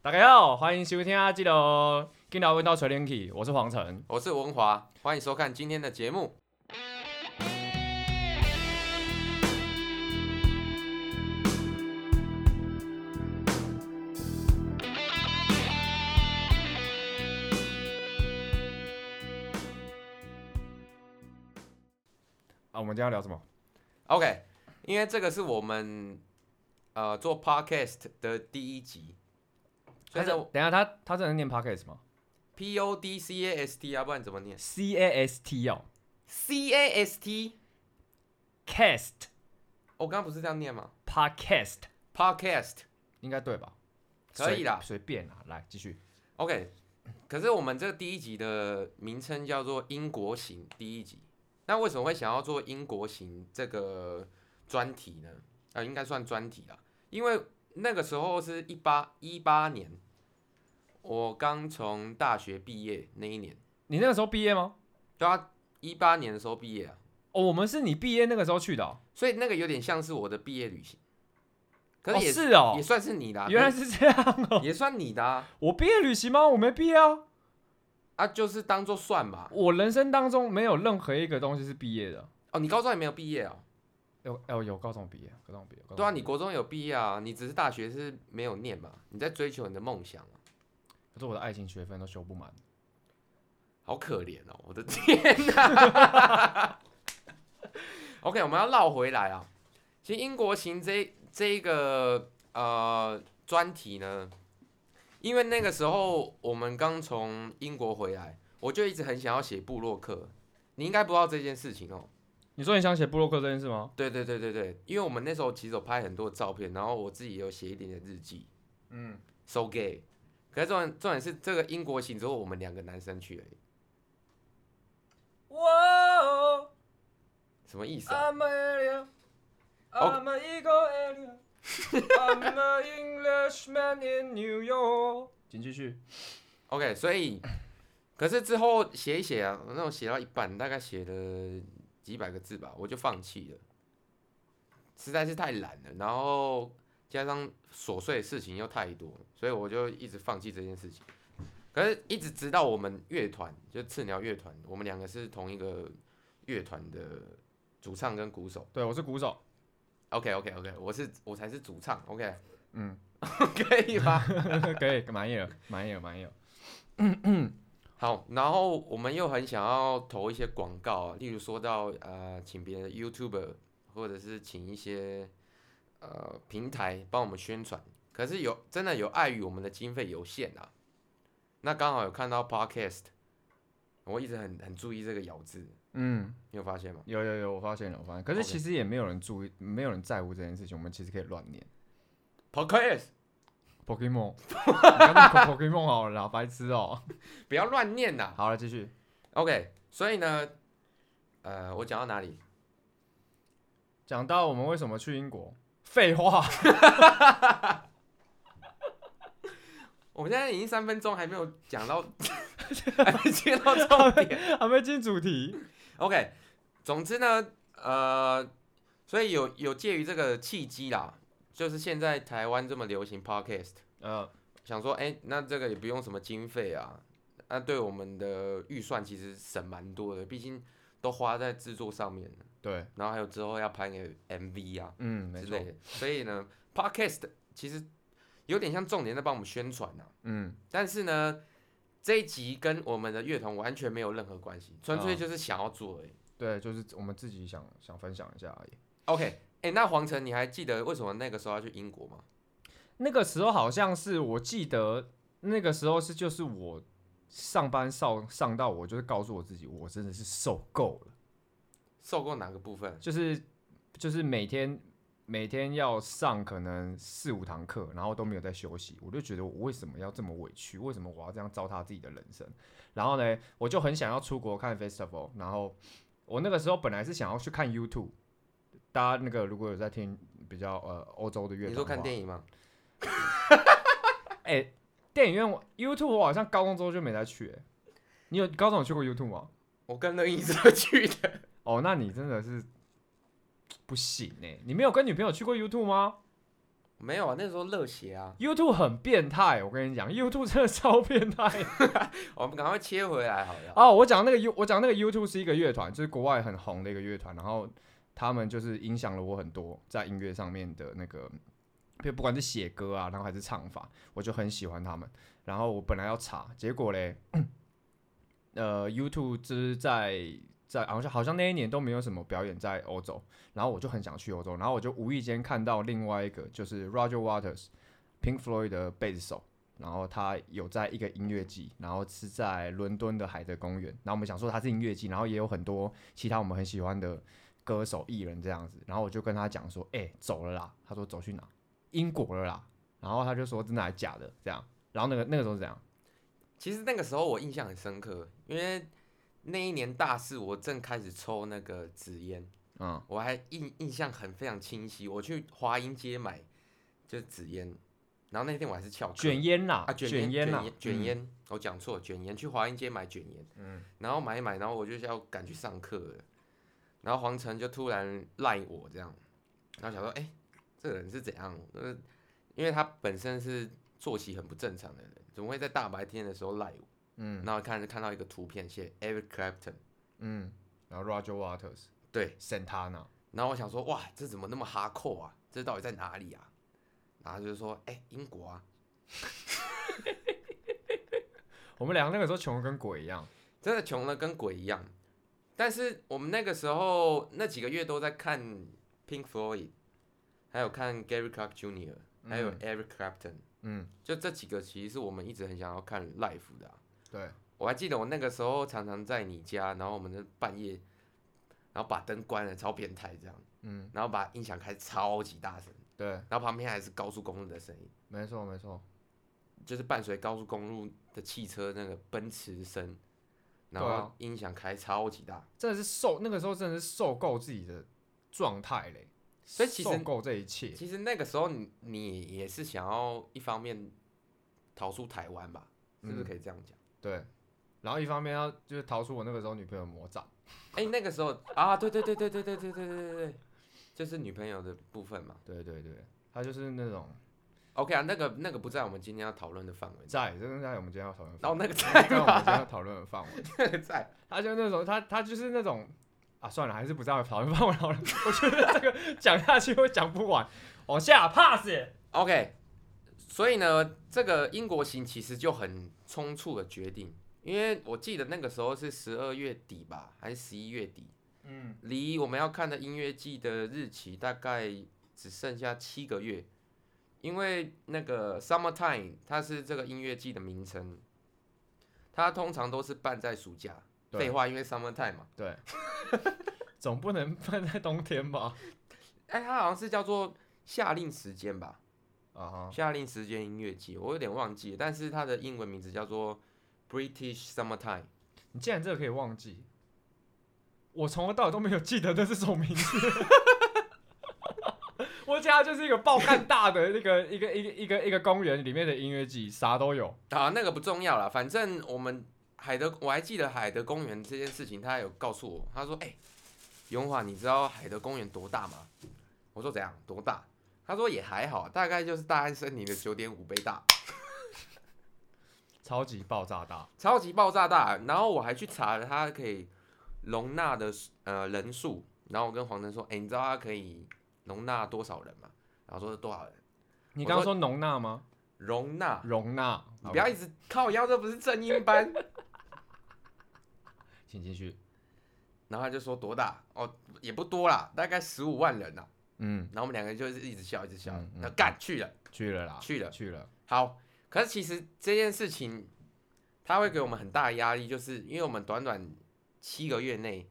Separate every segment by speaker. Speaker 1: 大家好，欢迎收听啊，记得哦今朝温到垂帘去，我是黄晨。
Speaker 2: 我哦是文华，欢迎收看今天的节目。
Speaker 1: 啊，我们今天要聊什么？
Speaker 2: OK，因为这个是我们呃做 Podcast 的第一集，所以
Speaker 1: 他是
Speaker 2: 呢
Speaker 1: 等一下他他真的念 podcast 吗
Speaker 2: P O D C A S T 啊，不然怎么念
Speaker 1: ？C A S T 哦
Speaker 2: ？C A S T，
Speaker 1: ，cast
Speaker 2: 我刚刚不是这样念吗
Speaker 1: podcast
Speaker 2: ？Podcast
Speaker 1: 应该对吧？
Speaker 2: 可以啦
Speaker 1: 随随便啦，来继续。
Speaker 2: OK，可是我们这第一集的名称叫做英国行第一集。那为什么会想要做英国行这个专题呢？啊、应该算专题啦，因为那个时候是一八一八年，我刚从大学毕业那一年，
Speaker 1: 你那个时候毕业吗？
Speaker 2: 对啊，一八年的时候毕业啊，
Speaker 1: 哦，我们是你毕业那个时候去的哦。
Speaker 2: 所以那个有点像是我的毕业旅行，可
Speaker 1: 哦
Speaker 2: 是也、
Speaker 1: 是哦
Speaker 2: 也，算是你的、啊，
Speaker 1: 原来是这样 哦。
Speaker 2: 也算你的啊，
Speaker 1: 我毕业旅行吗？我没毕业啊。
Speaker 2: 啊就是当做算嘛。
Speaker 1: 我人生当中没有任何一个东西是毕业的。
Speaker 2: 哦，你高中也没有毕业哦。
Speaker 1: 有有有高中毕业，高中毕业。高中
Speaker 2: 对啊，
Speaker 1: 毕业
Speaker 2: 你国中有毕业啊，你只是大学是没有念嘛，你在追求你的梦想啊，
Speaker 1: 可是我的爱情学分都修不满。
Speaker 2: 好可怜哦，我的天哪、OK，我们要绕回来啊。其实英国行这这一个呃专题呢，因为那个时候我们刚从英国回来，我就一直很想要写部落客，你应该不知道这件事情哦。
Speaker 1: 你说你想写布洛克这件事吗？
Speaker 2: 对对对对对，因为我们那时候其实有拍很多照片，然后我自己也有写一点点日记，
Speaker 1: 嗯，
Speaker 2: so gay。可是重点重点是这个英国行只有我们两个男生去而已，
Speaker 1: 哇哦
Speaker 2: 什么意思啊？
Speaker 1: ，I'm a
Speaker 2: I'm
Speaker 1: I'm a eagle alien, I'm a Englishman in New York。请继续。
Speaker 2: OK，所以可是之后写一写啊，那我写到一半，大概写了几百个字吧，我就放弃了，实在是太懒了，然后加上琐碎的事情又太多，所以我就一直放弃这件事情。可是，一直直到我们乐团，就次鸟乐团，我们两个是同一个乐团的主唱跟鼓手。
Speaker 1: 对，我是鼓手。
Speaker 2: OK OK OK，我是我才是主唱。OK，
Speaker 1: 嗯，
Speaker 2: 可以吧？
Speaker 1: 可以，满意了，满意了，满意了。
Speaker 2: 好，然后我们又很想要投一些广告啊，例如说到呃，请别的 YouTuber 或者是请一些呃平台帮我们宣传，可是有真的有碍于我们的经费有限啊。那刚好有看到 Podcast，我一直很很注意这个咬字，
Speaker 1: 嗯，
Speaker 2: 你有发现吗？
Speaker 1: 有有有，我发现了，我发现。可是
Speaker 2: OK
Speaker 1: 其实也没有人注意，没有人在乎这件事情。我们其实可以乱念
Speaker 2: Podcast
Speaker 1: Pokemon，你 要不 Pokemon 好了啦，白痴哦、
Speaker 2: 不要乱念呐、
Speaker 1: 好了，继续。
Speaker 2: OK，所以呢，呃，我讲到哪里？
Speaker 1: 讲到我们为什么去英国，废话。
Speaker 2: 我们现在已经三分钟还没有 讲到，还没接到重点。
Speaker 1: 还没进主题。
Speaker 2: OK，总之呢，呃，所以有有介于这个契机啦，就是现在台湾这么流行 Podcast，
Speaker 1: 呃，
Speaker 2: 想说，哎、那这个也不用什么经费啊，那对我们的预算其实省蛮多的，毕竟都花在制作上面了，
Speaker 1: 对，
Speaker 2: 然后还有之后要拍个 MV 啊
Speaker 1: 嗯，没
Speaker 2: 之
Speaker 1: 错
Speaker 2: 类，的，所以呢，Podcast 其实有点像重点在帮我们宣传啊呐、
Speaker 1: 嗯，
Speaker 2: 但是呢，这一集跟我们的乐团完全没有任何关系，纯粹
Speaker 1: 嗯
Speaker 2: 就是想要做而已。
Speaker 1: 对，就是我们自己想想分享一下而已。
Speaker 2: OK，哎、那黄晨，你还记得为什么那个时候要去英国吗？
Speaker 1: 那个时候好像是我记得，那个时候是就是我上班上上到我就是告诉我自己，我真的是受够了，
Speaker 2: 受过哪个部分？
Speaker 1: 就是就是每天每天要上可能四五堂课，然后都没有在休息，我就觉得我为什么要这么委屈，为什么我要这样糟蹋自己的人生？然后呢，我就很想要出国看 festival，然后我那个时候本来是想要去看 YouTube，大家那个如果有在听比较呃欧洲的乐，
Speaker 2: 你说看电
Speaker 1: 影？
Speaker 2: 影吗？
Speaker 1: 哎、电影院我 YouTube 我好像高中之后就没再去、欸，你有高中有去过 YouTube 吗？
Speaker 2: 我跟乐意社去的。
Speaker 1: 哦，欸那你真的是不行哎、你没有跟女朋友去过 YouTube 吗？
Speaker 2: 没有啊，那时候热血啊，
Speaker 1: YouTube 很变态，我跟你讲，YouTube 真的超变态。
Speaker 2: 我们赶快切回来好了。
Speaker 1: 哦，我讲那个 U，我讲那个 YouTube 是一个乐团，就是国外很红的一个乐团，然后他们就是影响了我很多在音乐上面的那个，不不管是写歌啊，然后还是唱法，我就很喜欢他们。然后我本来要查，结果嘞， 呃，YouTube 就是在在好像好像那一年都没有什么表演在欧洲，然后我就很想去欧洲，然后我就无意间看到另外一个就是 Roger Waters Pink Floyd 的贝斯手，然后他有在一个音乐季，然后是在伦敦的海德公园。然后我们想说他是音乐季，然后也有很多其他我们很喜欢的歌手艺人这样子。然后我就跟他讲说，哎、走了啦。他说走去哪？英国了啦。然后他就说真的还假的这样。然后那个那个时候是怎样？
Speaker 2: 其实那个时候我印象很深刻，因为那一年大四，我正开始抽那个纸烟，
Speaker 1: 嗯，
Speaker 2: 我还印印象很非常清晰。我去华阴街买就是纸烟，然后那天我还是翘课
Speaker 1: 卷烟啦，
Speaker 2: 啊卷
Speaker 1: 烟
Speaker 2: 烟
Speaker 1: 啦，
Speaker 2: 卷
Speaker 1: 嗯。
Speaker 2: 烟，我讲错卷烟，去华阴街买卷烟，嗯，然后买一买，然后我就要赶去上课了，然后黄晨就突然赖我这样，然后想说，哎、这个人是怎样？呃，因为他本身是作息很不正常的人，怎么会在大白天的时候赖我？嗯，然后看看到一个图片写 Eric Clapton，
Speaker 1: 嗯，然后 Roger Waters
Speaker 2: 对，
Speaker 1: Santana，
Speaker 2: 然后我想说，哇，这怎么那么哈扣啊？这到底在哪里啊？然后他就说，哎、英国啊，
Speaker 1: 我们两个那个时候穷得跟鬼一样。
Speaker 2: 真的穷的跟鬼一样。但是我们那个时候那几个月都在看 Pink Floyd，还有看 Gary Clark Jr.，还有 Eric Clapton，
Speaker 1: 嗯，
Speaker 2: 就这几个其实是我们一直很想要看 live 的啊、
Speaker 1: 对，
Speaker 2: 我还记得我那个时候常常在你家，然后我们就半夜，然后把灯关了，超变态这样，
Speaker 1: 嗯，
Speaker 2: 然后把音响开超级大声，
Speaker 1: 对，
Speaker 2: 然后旁边还是高速公路的声音，
Speaker 1: 没错没错。
Speaker 2: 就是伴随高速公路的汽车那个奔驰声，
Speaker 1: 对
Speaker 2: 然后
Speaker 1: 啊
Speaker 2: 音响开超级大，
Speaker 1: 真的是受那个时候真的是受够自己的状态嘞，
Speaker 2: 所以其实
Speaker 1: 受够这一切。
Speaker 2: 其实那个时候你你也是想要一方面逃出台湾吧，是不是可以这样讲？
Speaker 1: 对，然后一方面要就是逃出我那个时候女朋友的魔掌，
Speaker 2: 哎、那个时候啊，对对对对对对对对对对对，就是女朋友的部分嘛。
Speaker 1: 对对对，她就是那种
Speaker 2: OK 啊，那个那个不在我们今天要讨论的范围内。
Speaker 1: 在，这个在我们今天要讨论的
Speaker 2: 然
Speaker 1: 范
Speaker 2: 后
Speaker 1: 围，
Speaker 2: 那个
Speaker 1: 在
Speaker 2: 在
Speaker 1: 我们今天
Speaker 2: 吗？
Speaker 1: 要讨论的范围，
Speaker 2: 那个在，
Speaker 1: 她就那种她她就是那种啊，算了，还是不在讨论范围好了， 我觉得这个讲下去会讲不完，往下 pass。
Speaker 2: OK，所以呢，这个英国行其实就很匆促的决定，因为我记得那个时候是十二月底吧，还是十一月底，
Speaker 1: 嗯，
Speaker 2: 离我们要看的音乐季的日期大概只剩下七个月，因为那个 Summertime 它是这个音乐季的名称，它通常都是办在暑假。
Speaker 1: 对
Speaker 2: 废话，因为 Summertime 嘛，
Speaker 1: 对， 总不能放在冬天吧？
Speaker 2: 哎，它好像是叫做夏令时间吧。
Speaker 1: 啊哈，
Speaker 2: 夏令时间音乐季，我有点忘记了，但是它的英文名字叫做 British Summertime。
Speaker 1: 你竟然这个可以忘记，我从头到尾都没有记得那是什么名字。 我家就是一个爆干大的那个一个一个一个一个公园里面的音乐季，啥都有。
Speaker 2: 啊，那个不重要了，反正我们海德，我还记得海德公园这件事情，他有告诉我，他说：“哎、永华，你知道海德公园多大吗？”我说：“怎样多大？”他说：“也还好，大概就是大安森林的九点五倍大，
Speaker 1: 超级爆炸大，
Speaker 2: 超级爆炸大。”啊然后我还去查了它可以容纳的呃人数，然后我跟黄晨说：“哎、你知道它可以容纳多少人吗？”然后说是多少人
Speaker 1: 你刚刚说容纳吗？
Speaker 2: 容纳
Speaker 1: 容纳，
Speaker 2: 啊你不
Speaker 1: 嗯
Speaker 2: 要
Speaker 1: 好
Speaker 2: 一直靠腰，这不是正音班。
Speaker 1: 请继续。
Speaker 2: 然后他就说多大？哦，也不多啦，大概十五万人呐、
Speaker 1: 嗯，
Speaker 2: 然后我们两个就是一直笑，一直笑
Speaker 1: 嗯。嗯
Speaker 2: 那、干去了，
Speaker 1: 去了啦，
Speaker 2: 去了
Speaker 1: 去了。
Speaker 2: 好。可是其实这件事情，他会给我们很大的压力，就是因为我们短短七个月内，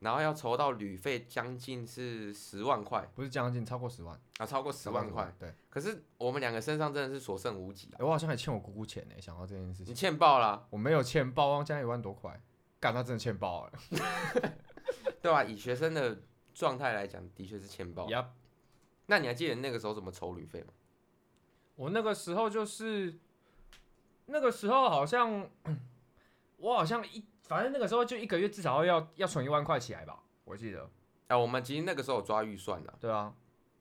Speaker 2: 然后要筹到旅费将近是十万块
Speaker 1: 不是将近超过十万，
Speaker 2: 啊，超过十万块。
Speaker 1: 对，哎
Speaker 2: 可是我们两个身上真的是所剩无几啊，
Speaker 1: 我好像还欠我姑姑钱呢、想到这件事
Speaker 2: 你
Speaker 1: 情，
Speaker 2: 欠爆啦，
Speaker 1: 我没有欠爆，忘加一万多块，干他真的欠爆了。
Speaker 2: 对吧、以学生的状态来讲，的确是欠爆。
Speaker 1: 呀，
Speaker 2: 那你还记得那个时候怎么筹旅费吗？
Speaker 1: 我那个时候就是，那个时候好像我好像一，反正那个时候就一个月至少要要存一万块起来吧，我记得。
Speaker 2: 啊，我们其实那个时候有抓预算了。
Speaker 1: 对啊，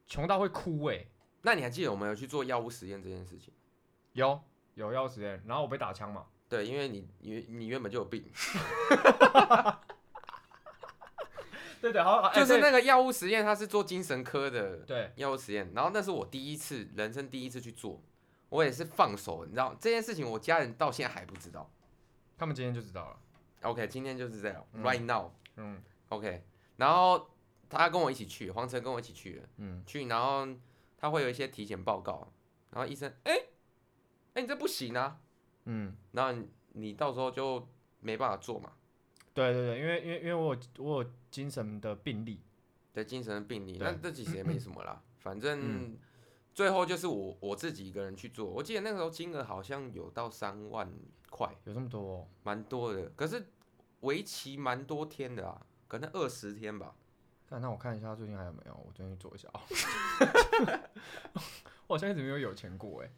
Speaker 1: 穷到会哭哎、
Speaker 2: 那你还记得我们有去做药物实验这件事情？
Speaker 1: 有有药实验，然后我被打枪嘛，
Speaker 2: 对，因为你你你原本就有病，
Speaker 1: 对对，好，哎
Speaker 2: 就是
Speaker 1: 对
Speaker 2: 那个药物实验，它是做精神科的
Speaker 1: 对，
Speaker 2: 药物实验，然后那是我第一次人生第一次去做，我也是放手，你知道这件事情，我家人到现在还不知道。
Speaker 1: 他们今天就知道了，
Speaker 2: OK，今天就是这样、
Speaker 1: 嗯
Speaker 2: r i g h t now。
Speaker 1: 嗯
Speaker 2: OK，然后他跟我一起去，黄晨跟我一起去的，
Speaker 1: 嗯，
Speaker 2: 去，然后他会有一些体检报告，然后医生，哎、哎、你这不行啊，
Speaker 1: 嗯，
Speaker 2: 然后你你到时候就没办法做嘛，
Speaker 1: 对对对，因为因为因为我有我有精神的病例，
Speaker 2: 对，精神病例，
Speaker 1: 对嗯
Speaker 2: 那这其实也没什 么啦，反正最后就是我我自己一个人去做，我记得那个时候金额好像有到三万块，
Speaker 1: 有这么多、哦，
Speaker 2: 蛮多的，可是为期蛮多天的啊，可能二十天吧，
Speaker 1: 看那我看一下最近还有没有，我最近做一下啊，哦 我好像一直没有有钱过哎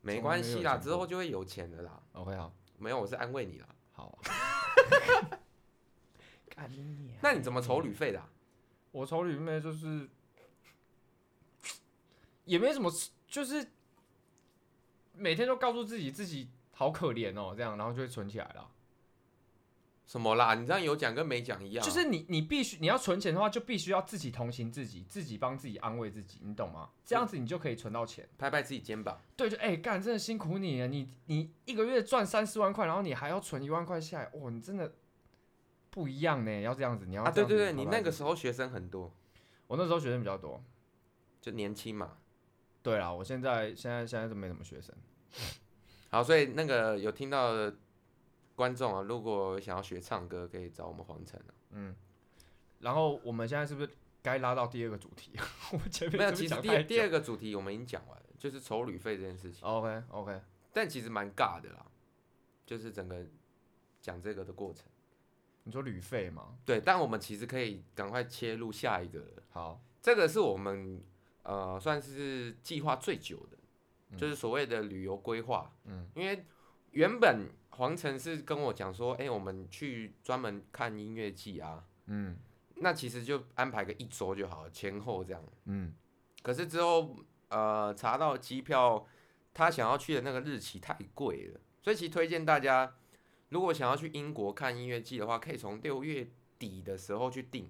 Speaker 2: 没关
Speaker 1: 从
Speaker 2: 系啦，
Speaker 1: 来没有
Speaker 2: 之后就会有钱的啦，
Speaker 1: ，OK 好，
Speaker 2: 没有，我是安慰你啦。
Speaker 1: 好， 干你啊
Speaker 2: 啊那你怎么筹旅费的啊、
Speaker 1: 我丑女妹就是也没什么，就是每天都告诉自己自己好可怜哦，这样然后就会存起来了。
Speaker 2: 什么啦？你这样有讲跟没讲一样啊、
Speaker 1: 就是你你必须你要存钱的话，就必须要自己同情自己，自己帮自己安慰自己，你懂吗？这样子你就可以存到钱。
Speaker 2: 拍拍自己肩膀。
Speaker 1: 对，就哎干、真的辛苦你了，你你一个月赚三四万块，然后你还要存一万块下来，哇，你真的不一样呢。要这样子，你要
Speaker 2: 啊，
Speaker 1: 这
Speaker 2: 对
Speaker 1: 样子
Speaker 2: 对对，
Speaker 1: 找到
Speaker 2: 你那个时候学生很多，
Speaker 1: 我那时候学生比较多。
Speaker 2: 就年轻嘛。
Speaker 1: 对啦，我现在现在现在都没什么学生。
Speaker 2: 好，所以那个有听到的观众啊，如果想要学唱歌，可以找我们黄晨 啊。
Speaker 1: 然后我们现在是不是该拉到第二个主题？ 我们前面
Speaker 2: 没有，
Speaker 1: 是不
Speaker 2: 其
Speaker 1: 是
Speaker 2: 实
Speaker 1: 讲
Speaker 2: 第
Speaker 1: 太
Speaker 2: 二
Speaker 1: 久
Speaker 2: 第二个主题我们已经讲完了，就是筹旅费这件事情，
Speaker 1: OK OK，
Speaker 2: 但其实蛮尬的啦，就是整个讲这个的过程。
Speaker 1: 你说旅费吗？
Speaker 2: 对，但我们其实可以赶快切入下一个了。
Speaker 1: 好，
Speaker 2: 这个是我们呃算是计划最久的，
Speaker 1: 嗯
Speaker 2: 就是所谓的旅游规划。嗯，因为原本黄晨是跟我讲说，哎、我们去专门看音乐季啊，
Speaker 1: 嗯
Speaker 2: 那其实就安排个一周就好了，前后这样。
Speaker 1: 嗯，
Speaker 2: 可是之后呃查到机票，他想要去的那个日期太贵了，所以其实推荐大家，如果想要去英国看音乐季的话，可以从六月底的时候去订，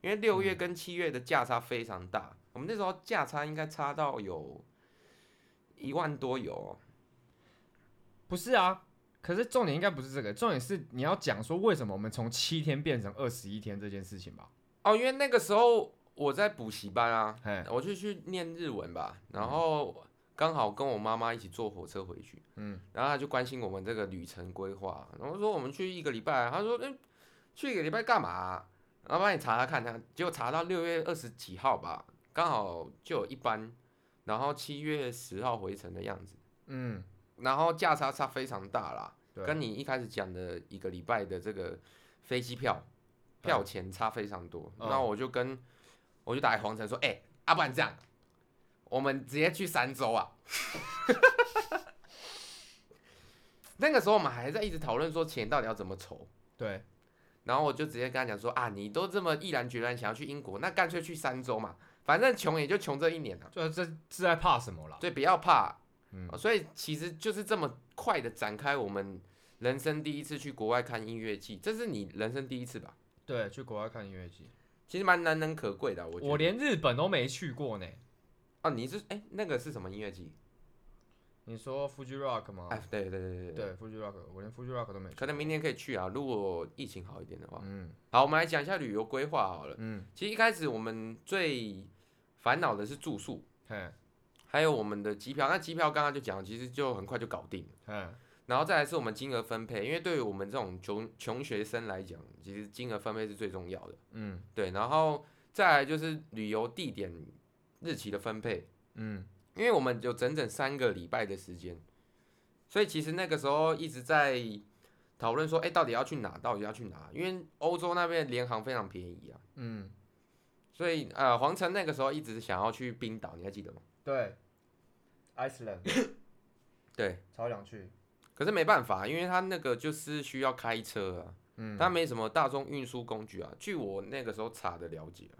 Speaker 2: 因为六月跟七月的价差非常大，我们那时候价差应该差到有一万多有哦、
Speaker 1: 不是啊，可是重点应该不是这个，重点是你要讲说为什么我们从七天变成二十一天这件事情吧。
Speaker 2: 哦，因为那个时候我在补习班啊，
Speaker 1: 嘿，
Speaker 2: 我就去念日文吧，然后刚好跟我妈妈一起坐火车回去，
Speaker 1: 嗯，
Speaker 2: 然后她就关心我们这个旅程规划，然后说我们去一个礼拜，她说，嗯，去一个礼拜干嘛、啊然后帮你查查看，她结果查到六月二十几号吧，刚好就有一班，然后七月十号回程的样子，
Speaker 1: 嗯，
Speaker 2: 然后价差差非常大啦，
Speaker 1: 对，
Speaker 2: 跟你一开始讲的一个礼拜的这个飞机票票钱差非常多。
Speaker 1: 嗯
Speaker 2: 那、我就跟我就打给黄晨说，哎、要、不然这样，我们直接去三周啊。 那个时候我们还在一直讨论说钱到底要怎么筹，
Speaker 1: 对，
Speaker 2: 然后我就直接跟他讲说啊，你都这么毅然决然想要去英国，那干脆去三周嘛，反正穷也就穷这一年啊。
Speaker 1: 这这是在怕什么啦？
Speaker 2: 所以不要怕。
Speaker 1: 嗯
Speaker 2: 哦所以其实就是这么快的展开我们人生第一次去国外看音乐季，这是你人生第一次吧？
Speaker 1: 对，去国外看音乐季，
Speaker 2: 其实蛮难能可贵的啊，我觉得。
Speaker 1: 我连日本都没去过呢。
Speaker 2: 哦，你是哎、那个是什么音乐季？
Speaker 1: 你说 Fuji Rock 吗？
Speaker 2: 哎、对对对对对，
Speaker 1: 对，Fuji Rock，我连 Fuji Rock 都没去。
Speaker 2: 可能明年可以去啊，如果疫情好一点的话。
Speaker 1: 嗯
Speaker 2: 好，我们来讲一下旅游规划好了。
Speaker 1: 嗯，
Speaker 2: 其实一开始我们最烦恼的是住宿，
Speaker 1: 嘿，
Speaker 2: 还有我们的机票。那机票刚刚就讲了，其实就很快就搞定了。
Speaker 1: 嘿，
Speaker 2: 然后再来是我们金额分配，因为对于我们这种穷穷学生来讲，其实金额分配是最重要的。
Speaker 1: 嗯
Speaker 2: 对，然后再来就是旅游地点日期的分配，
Speaker 1: 嗯，
Speaker 2: 因为我们有整整三个礼拜的时间，所以其实那个时候一直在讨论说，哎，到底要去哪？到底要去哪？因为欧洲那边联航非常便宜啊，
Speaker 1: 嗯，
Speaker 2: 所以呃，黄晨那个时候一直想要去冰岛，你还记得吗？
Speaker 1: 对，Iceland。
Speaker 2: 对，
Speaker 1: 超想去。
Speaker 2: 可是没办法，因为他那个就是需要开车啊，
Speaker 1: 嗯，
Speaker 2: 他没什么大众运输工具啊。据我那个时候查的了解啊，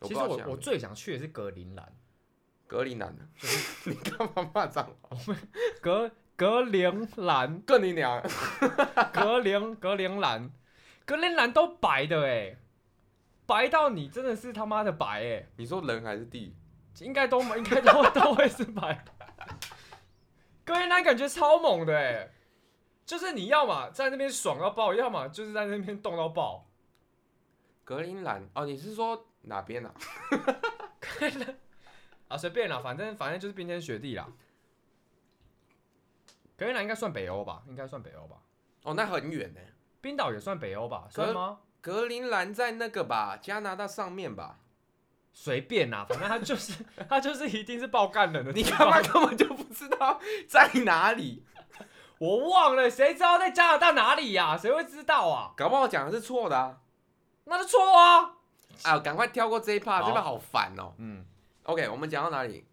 Speaker 1: 其
Speaker 2: 不
Speaker 1: 实
Speaker 2: 知道
Speaker 1: 我
Speaker 2: 现在
Speaker 1: 我最想去的是格陵兰，
Speaker 2: 格林兰， 你干嘛骂脏话？
Speaker 1: 格格陵兰，
Speaker 2: 更你娘！啊
Speaker 1: 格陵格陵兰，格陵兰都白的哎、白到你真的是他妈的白哎、
Speaker 2: 你说人还是地？
Speaker 1: 应该都应该都都会是白的。格陵兰感觉超猛的哎、就是你要嘛在那边爽到爆，要么就是在那边冻到爆。
Speaker 2: 格陵兰哦，你是说哪边啊？
Speaker 1: 啊，随便啦，反正反正就是冰天雪地啦。格陵兰应该算北欧吧？应该算北欧吧？
Speaker 2: 哦，那很远呢。
Speaker 1: 冰岛也算北欧吧？
Speaker 2: 格
Speaker 1: 算吗？
Speaker 2: 格陵兰在那个吧，加拿大上 面吧。
Speaker 1: 随便啦，反正它就是 它就是一定是爆干人的地
Speaker 2: 你
Speaker 1: 方。
Speaker 2: 他妈根本就不知道在哪里，
Speaker 1: 我忘了，谁知道在加拿大哪里呀、谁会知道啊？
Speaker 2: 搞不好讲的是错的啊！
Speaker 1: 那就错啊！
Speaker 2: 啊，赶快跳过这一趴，
Speaker 1: 好
Speaker 2: 这边好烦哦。
Speaker 1: 嗯，
Speaker 2: OK，我们讲到哪里？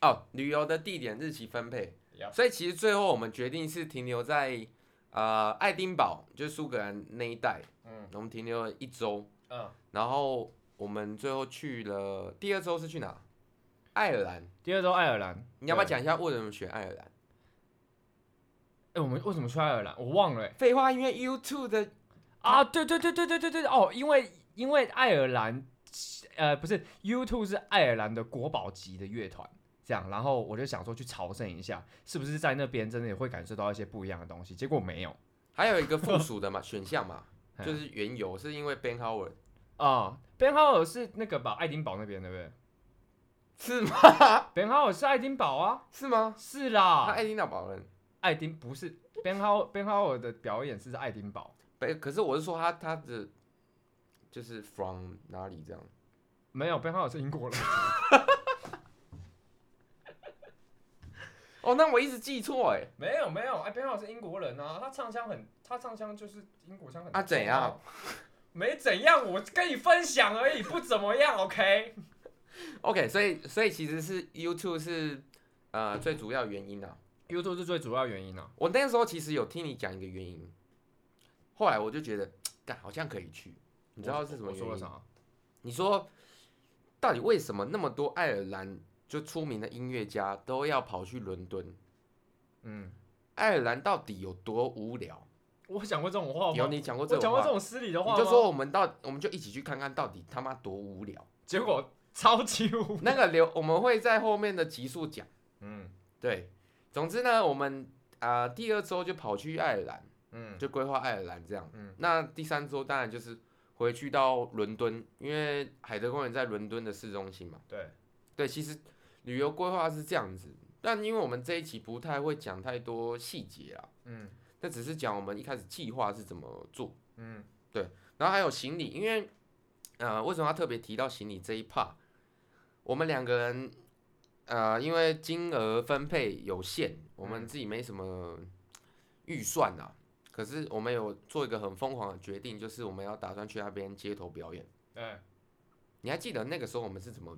Speaker 2: 哦，旅游的地点、日期分配。
Speaker 1: Yep
Speaker 2: 所以其实最后我们决定是停留在呃爱丁堡，就是苏格兰那一带。
Speaker 1: 嗯，
Speaker 2: 我们停留了一周，
Speaker 1: 嗯，
Speaker 2: 然后我们最后去了第二周是去哪？爱尔兰。
Speaker 1: 第二周爱尔兰，
Speaker 2: 你要不要
Speaker 1: 对？
Speaker 2: 讲一下为什么选爱尔兰？
Speaker 1: 哎、我们为什么去爱尔兰？我忘了、欸、
Speaker 2: 废话，因为 YouTube 的
Speaker 1: 啊！对对对对对对对哦，因为因为爱尔兰，呃，不是 U2 是爱尔兰的国宝级的乐团，这样，然后我就想说去朝圣一下，是不是在那边真的也会感受到一些不一样的东西？结果没有
Speaker 2: 还有一个附属的 嘛选项嘛，
Speaker 1: 嗯
Speaker 2: 就是原油是因为 Ben Howard
Speaker 1: 啊。ben Howard 是那个吧，爱丁堡那边对不对
Speaker 2: 是吗？
Speaker 1: ？Ben Howard 是爱丁堡啊，
Speaker 2: 是吗？
Speaker 1: 是啦，
Speaker 2: 他爱丁堡人，
Speaker 1: 爱丁不是 Ben How Ben How 的表演是在爱丁堡，
Speaker 2: 不，可是我是说他他的就是 from 哪里这样？
Speaker 1: 没有 Ben How 是英国人。
Speaker 2: 哦，那我一直记错哎、
Speaker 1: 没有没有，哎，Ben How 是英国人啊，他唱腔很，他唱腔就是英国腔很。
Speaker 2: 啊怎样？
Speaker 1: 没怎样，我跟你分享而已，不怎么样，OK？
Speaker 2: OK，所以所以其实是 YouTube 是呃最主要原因啊。
Speaker 1: YouTube 是最主要原因啊。
Speaker 2: 我那时候其实有听你讲一个原因，后来我就觉得，干好像可以去，你知道是什么
Speaker 1: 我
Speaker 2: 原
Speaker 1: 说了
Speaker 2: 因？
Speaker 1: 啥？
Speaker 2: 你说到底为什么那么多爱尔兰就出名的音乐家都要跑去伦敦？
Speaker 1: 嗯，
Speaker 2: 爱尔兰到底有多无聊？
Speaker 1: 我讲过这种话
Speaker 2: 有
Speaker 1: 吗？
Speaker 2: 你讲过
Speaker 1: 哦我
Speaker 2: 这
Speaker 1: 讲
Speaker 2: 种
Speaker 1: 过
Speaker 2: 话，
Speaker 1: 这种失礼的话吗
Speaker 2: 你就说我们到，我们就一起去看看到底他妈多无聊。
Speaker 1: 结果超级无。
Speaker 2: 那个留我们会在后面的集数讲。
Speaker 1: 嗯
Speaker 2: 对，总之呢，我们啊、呃第二周就跑去爱尔兰，
Speaker 1: 嗯
Speaker 2: 就规划爱尔兰这样。
Speaker 1: 嗯
Speaker 2: 那第三周当然就是回去到伦敦，因为海德公园在伦敦的市中心嘛。
Speaker 1: 对，
Speaker 2: 对，其实旅游规划是这样子，但因为我们这一期不太会讲太多细节啊，
Speaker 1: 嗯
Speaker 2: 那只是讲我们一开始计划是怎么做，
Speaker 1: 嗯
Speaker 2: 然后还有行李，因为呃，为什么要特别提到行李这一 part？我们两个人呃，因为金额分配有限，我
Speaker 1: 嗯
Speaker 2: 们自己没什么预算啊。可是我们有做一个很疯狂的决定，就是我们要打算去那边街头表演。
Speaker 1: 哎，
Speaker 2: 你还记得那个时候我们是怎么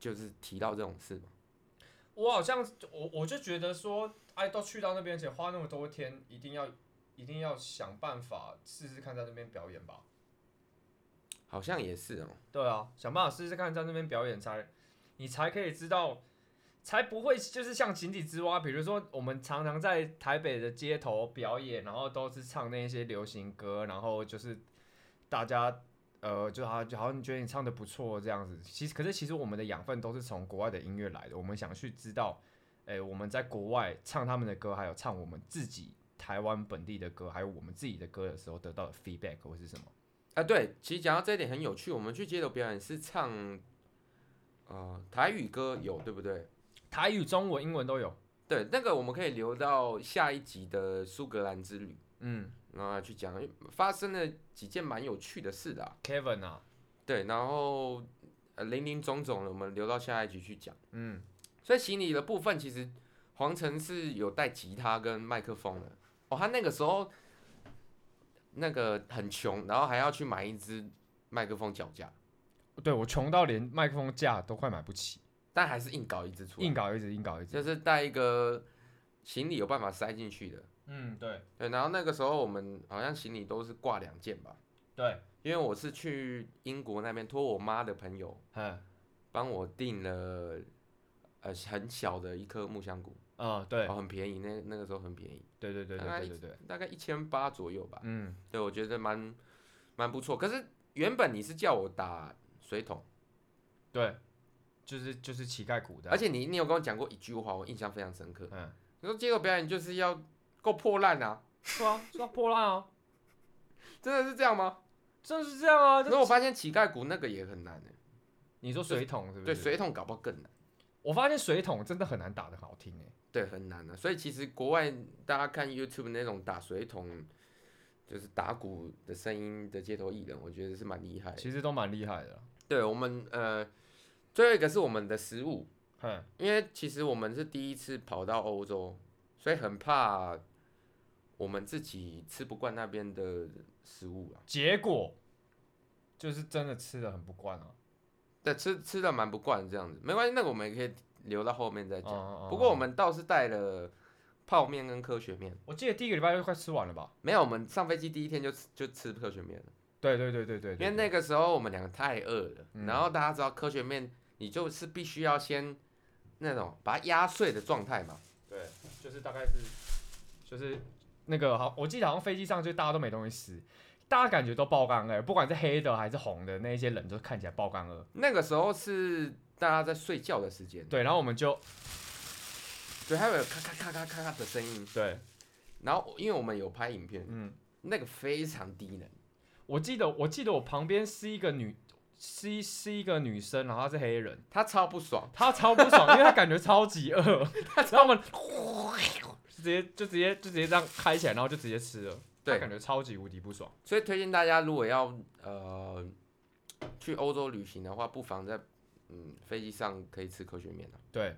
Speaker 2: 就是提到这种事吗？
Speaker 1: 我好像我我就觉得说，哎，都去到那边，而且花那么多天，一定要一定要想办法试试看在那边表演吧。
Speaker 2: 好像也是哦。
Speaker 1: 对啊，想办法试试看在那边表演才，你才可以知道，才不会就是像井底之蛙。比如说，我们常常在台北的街头表演，然后都是唱那些流行歌，然后就是大家呃，就好就好像觉得你唱的不错这样子。其实，可是其实我们的养分都是从国外的音乐来的，我们想去知道，哎、我们在国外唱他们的歌，还有唱我们自己台湾本地的歌，还有我们自己的歌的时候得到的 feedback 会是什么？
Speaker 2: 啊，对，其实讲到这一点很有趣，我们去街头表演是唱，呃，台语歌有对不对？
Speaker 1: 台语、中文、英文都有。
Speaker 2: 对，那个我们可以留到下一集的苏格兰之旅，
Speaker 1: 嗯
Speaker 2: 然后来去讲，因为发生了几件蛮有趣的事的、啊。
Speaker 1: ，Kevin 啊，
Speaker 2: 对，然后呃林林总总的，我们留到下一集去讲。
Speaker 1: 嗯，
Speaker 2: 所以行李的部分，其实黄晨是有带吉他跟麦克风的。哦，他那个时候那个很穷，然后还要去买一支麦克风脚架。
Speaker 1: 对我穷到连麦克风架都快买不起，
Speaker 2: 但还是硬搞一支出来，
Speaker 1: 硬搞一直硬搞一直。
Speaker 2: 就是带一个行李有办法塞进去的。
Speaker 1: 嗯，对
Speaker 2: 对，然后那个时候我们好像行李都是挂两件吧，
Speaker 1: 对，
Speaker 2: 因为我是去英国那边托我妈的朋友
Speaker 1: 嗯
Speaker 2: 帮我订了呃很小的一颗木香菇，
Speaker 1: 嗯，对
Speaker 2: 哦，很便宜，那那个时候很便宜，
Speaker 1: 对对对
Speaker 2: 大概
Speaker 1: 对对对对，
Speaker 2: 大概一千八左右吧。
Speaker 1: 嗯，
Speaker 2: 对，我觉得蛮蛮不错。可是原本你是叫我打水桶，
Speaker 1: 对，就是就是乞丐苦的，啊
Speaker 2: 啊而且你你有跟我讲过一句话，我印象非 常深刻。
Speaker 1: 嗯，
Speaker 2: 你说街头表演就是要够破烂啊，
Speaker 1: 是啊，是啊，破烂啊，
Speaker 2: 真的是这样吗？
Speaker 1: 真的是这样啊。
Speaker 2: 可是我发现乞丐鼓那个也很难、欸、
Speaker 1: 你说水桶是不是？
Speaker 2: 对，水桶搞不好更难，
Speaker 1: 我发现水桶真的很难打的好听哎、
Speaker 2: 对，很难啊。所以其实国外大家看 YouTube 那种打水桶，就是打鼓的声音的街头艺人，我觉得是蛮厉害的。
Speaker 1: 其实都蛮厉害的啦。
Speaker 2: 对我们呃，最后一个是我们的食物，
Speaker 1: 哼，
Speaker 2: 因为其实我们是第一次跑到欧洲，所以很怕我们自己吃不惯那边的食物啊。
Speaker 1: 结果就是真的吃的很不惯啊。
Speaker 2: 对，吃吃的蛮不惯这样子，没关系，那个我们也可以留到后面再讲。
Speaker 1: 嗯
Speaker 2: 不过我们倒是带了泡面跟科学面，
Speaker 1: 我记得第一个礼拜就快吃完了吧？
Speaker 2: 没有，我们上飞机第一天就吃就吃科学面了，
Speaker 1: 对对对对对
Speaker 2: 因为
Speaker 1: 对
Speaker 2: 那个时候我们两个太饿了，
Speaker 1: 嗯
Speaker 2: 然后大家知道科学面你就是必须要先那种把它压碎的状态嘛，
Speaker 1: 对，就是大概是就是那个好，我记得好像飞机上就大家都没东西吃，大家感觉都爆干饿，不管是黑的还是红的，那一些人就看起来爆干饿。
Speaker 2: 那个时候是大家在睡觉的时间，
Speaker 1: 对，然后我们就
Speaker 2: 对，还有咔咔咔咔咔咔的声音，
Speaker 1: 对，
Speaker 2: 然后因为我们有拍影片，
Speaker 1: 嗯，
Speaker 2: 那个非常低能，
Speaker 1: 我记得我记得我旁边是一个女，是一是一个女生，然后她是黑人。
Speaker 2: 他超不爽，
Speaker 1: 他超不爽，因为他感觉超级饿，然后我们直接就直接就直接这样开起来，然后就直接吃了。
Speaker 2: 对
Speaker 1: 他感觉超级无敌不爽。
Speaker 2: 所以推荐大家，如果要呃去欧洲旅行的话，不妨在嗯飞机上可以吃科学面啊。
Speaker 1: 对，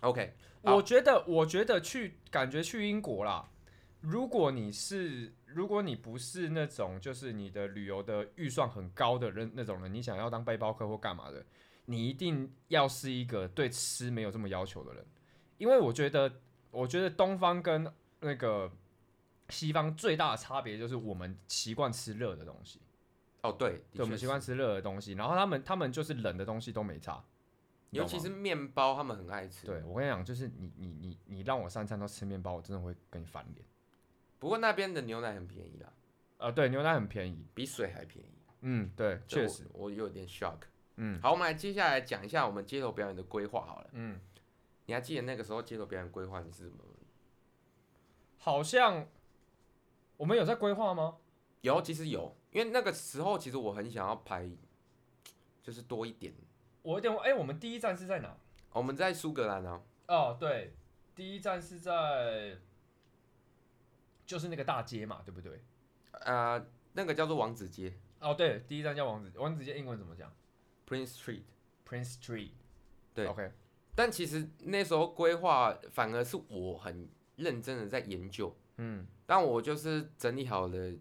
Speaker 2: OK，好
Speaker 1: 我觉得我觉得去感觉去英国啦，如果你是如果你不是那种就是你的旅游的预算很高的人那种人，你想要当背包客或干嘛的，你一定要是一个对吃没有这么要求的人，因为我觉得我觉得东方跟那个西方最大的差别就是我们习惯吃热的东西，
Speaker 2: 哦对，
Speaker 1: 对，我们习惯
Speaker 2: 吃，
Speaker 1: 吃热的东西，然后他们他们就是冷的东西都没差，你
Speaker 2: 尤
Speaker 1: 懂吗
Speaker 2: 其是面包，他们很爱吃。
Speaker 1: 对，我跟你讲，就是你你你你让我三餐都吃面包，我真的会跟你翻脸。
Speaker 2: 不过那边的牛奶很便宜啦，
Speaker 1: 呃，对，牛奶很便宜。
Speaker 2: 比水还便宜。
Speaker 1: 嗯，对，
Speaker 2: 这
Speaker 1: 确
Speaker 2: 我
Speaker 1: 实。，
Speaker 2: 我有点 shock。
Speaker 1: 嗯
Speaker 2: 好，我们来接下来讲一下我们街头表演的规划好了。
Speaker 1: 嗯，
Speaker 2: 你还记得那个时候街头表演规划你是怎么？
Speaker 1: 好像我们有在规划吗？
Speaker 2: 有，其实有，因为那个时候其实我很想要拍，就是多一点。
Speaker 1: 我有点忘哎、我们第一站是在哪？
Speaker 2: 我们在苏格兰啊，
Speaker 1: 哦，对，第一站是在就是那个大街嘛，对不对？
Speaker 2: 呃，那个叫做王子街
Speaker 1: 哦，对，第一站叫王子王子街，英文怎么讲
Speaker 2: （Prince Street）。
Speaker 1: ？Prince Street。
Speaker 2: 对
Speaker 1: ，OK，
Speaker 2: 但其实那时候规划反而是我很认真的在研究，
Speaker 1: 嗯，
Speaker 2: 但我就是整理好了，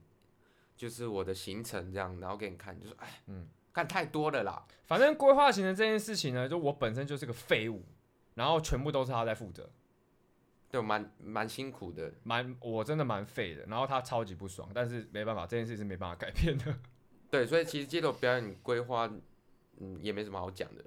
Speaker 2: 就是我的行程这样，然后给你看，就是哎，
Speaker 1: 嗯
Speaker 2: 嗯，看太多了啦。
Speaker 1: 反正规划行程这件事情呢，就我本身就是个废物，然后全部都是他在负责。
Speaker 2: 对，蛮蛮辛苦的。
Speaker 1: 蛮我真的蛮废的，然后他超级不爽，但是没办法，这件事是没办法改变的。
Speaker 2: 对，所以其实街头表演规划，嗯，也没什么好讲的。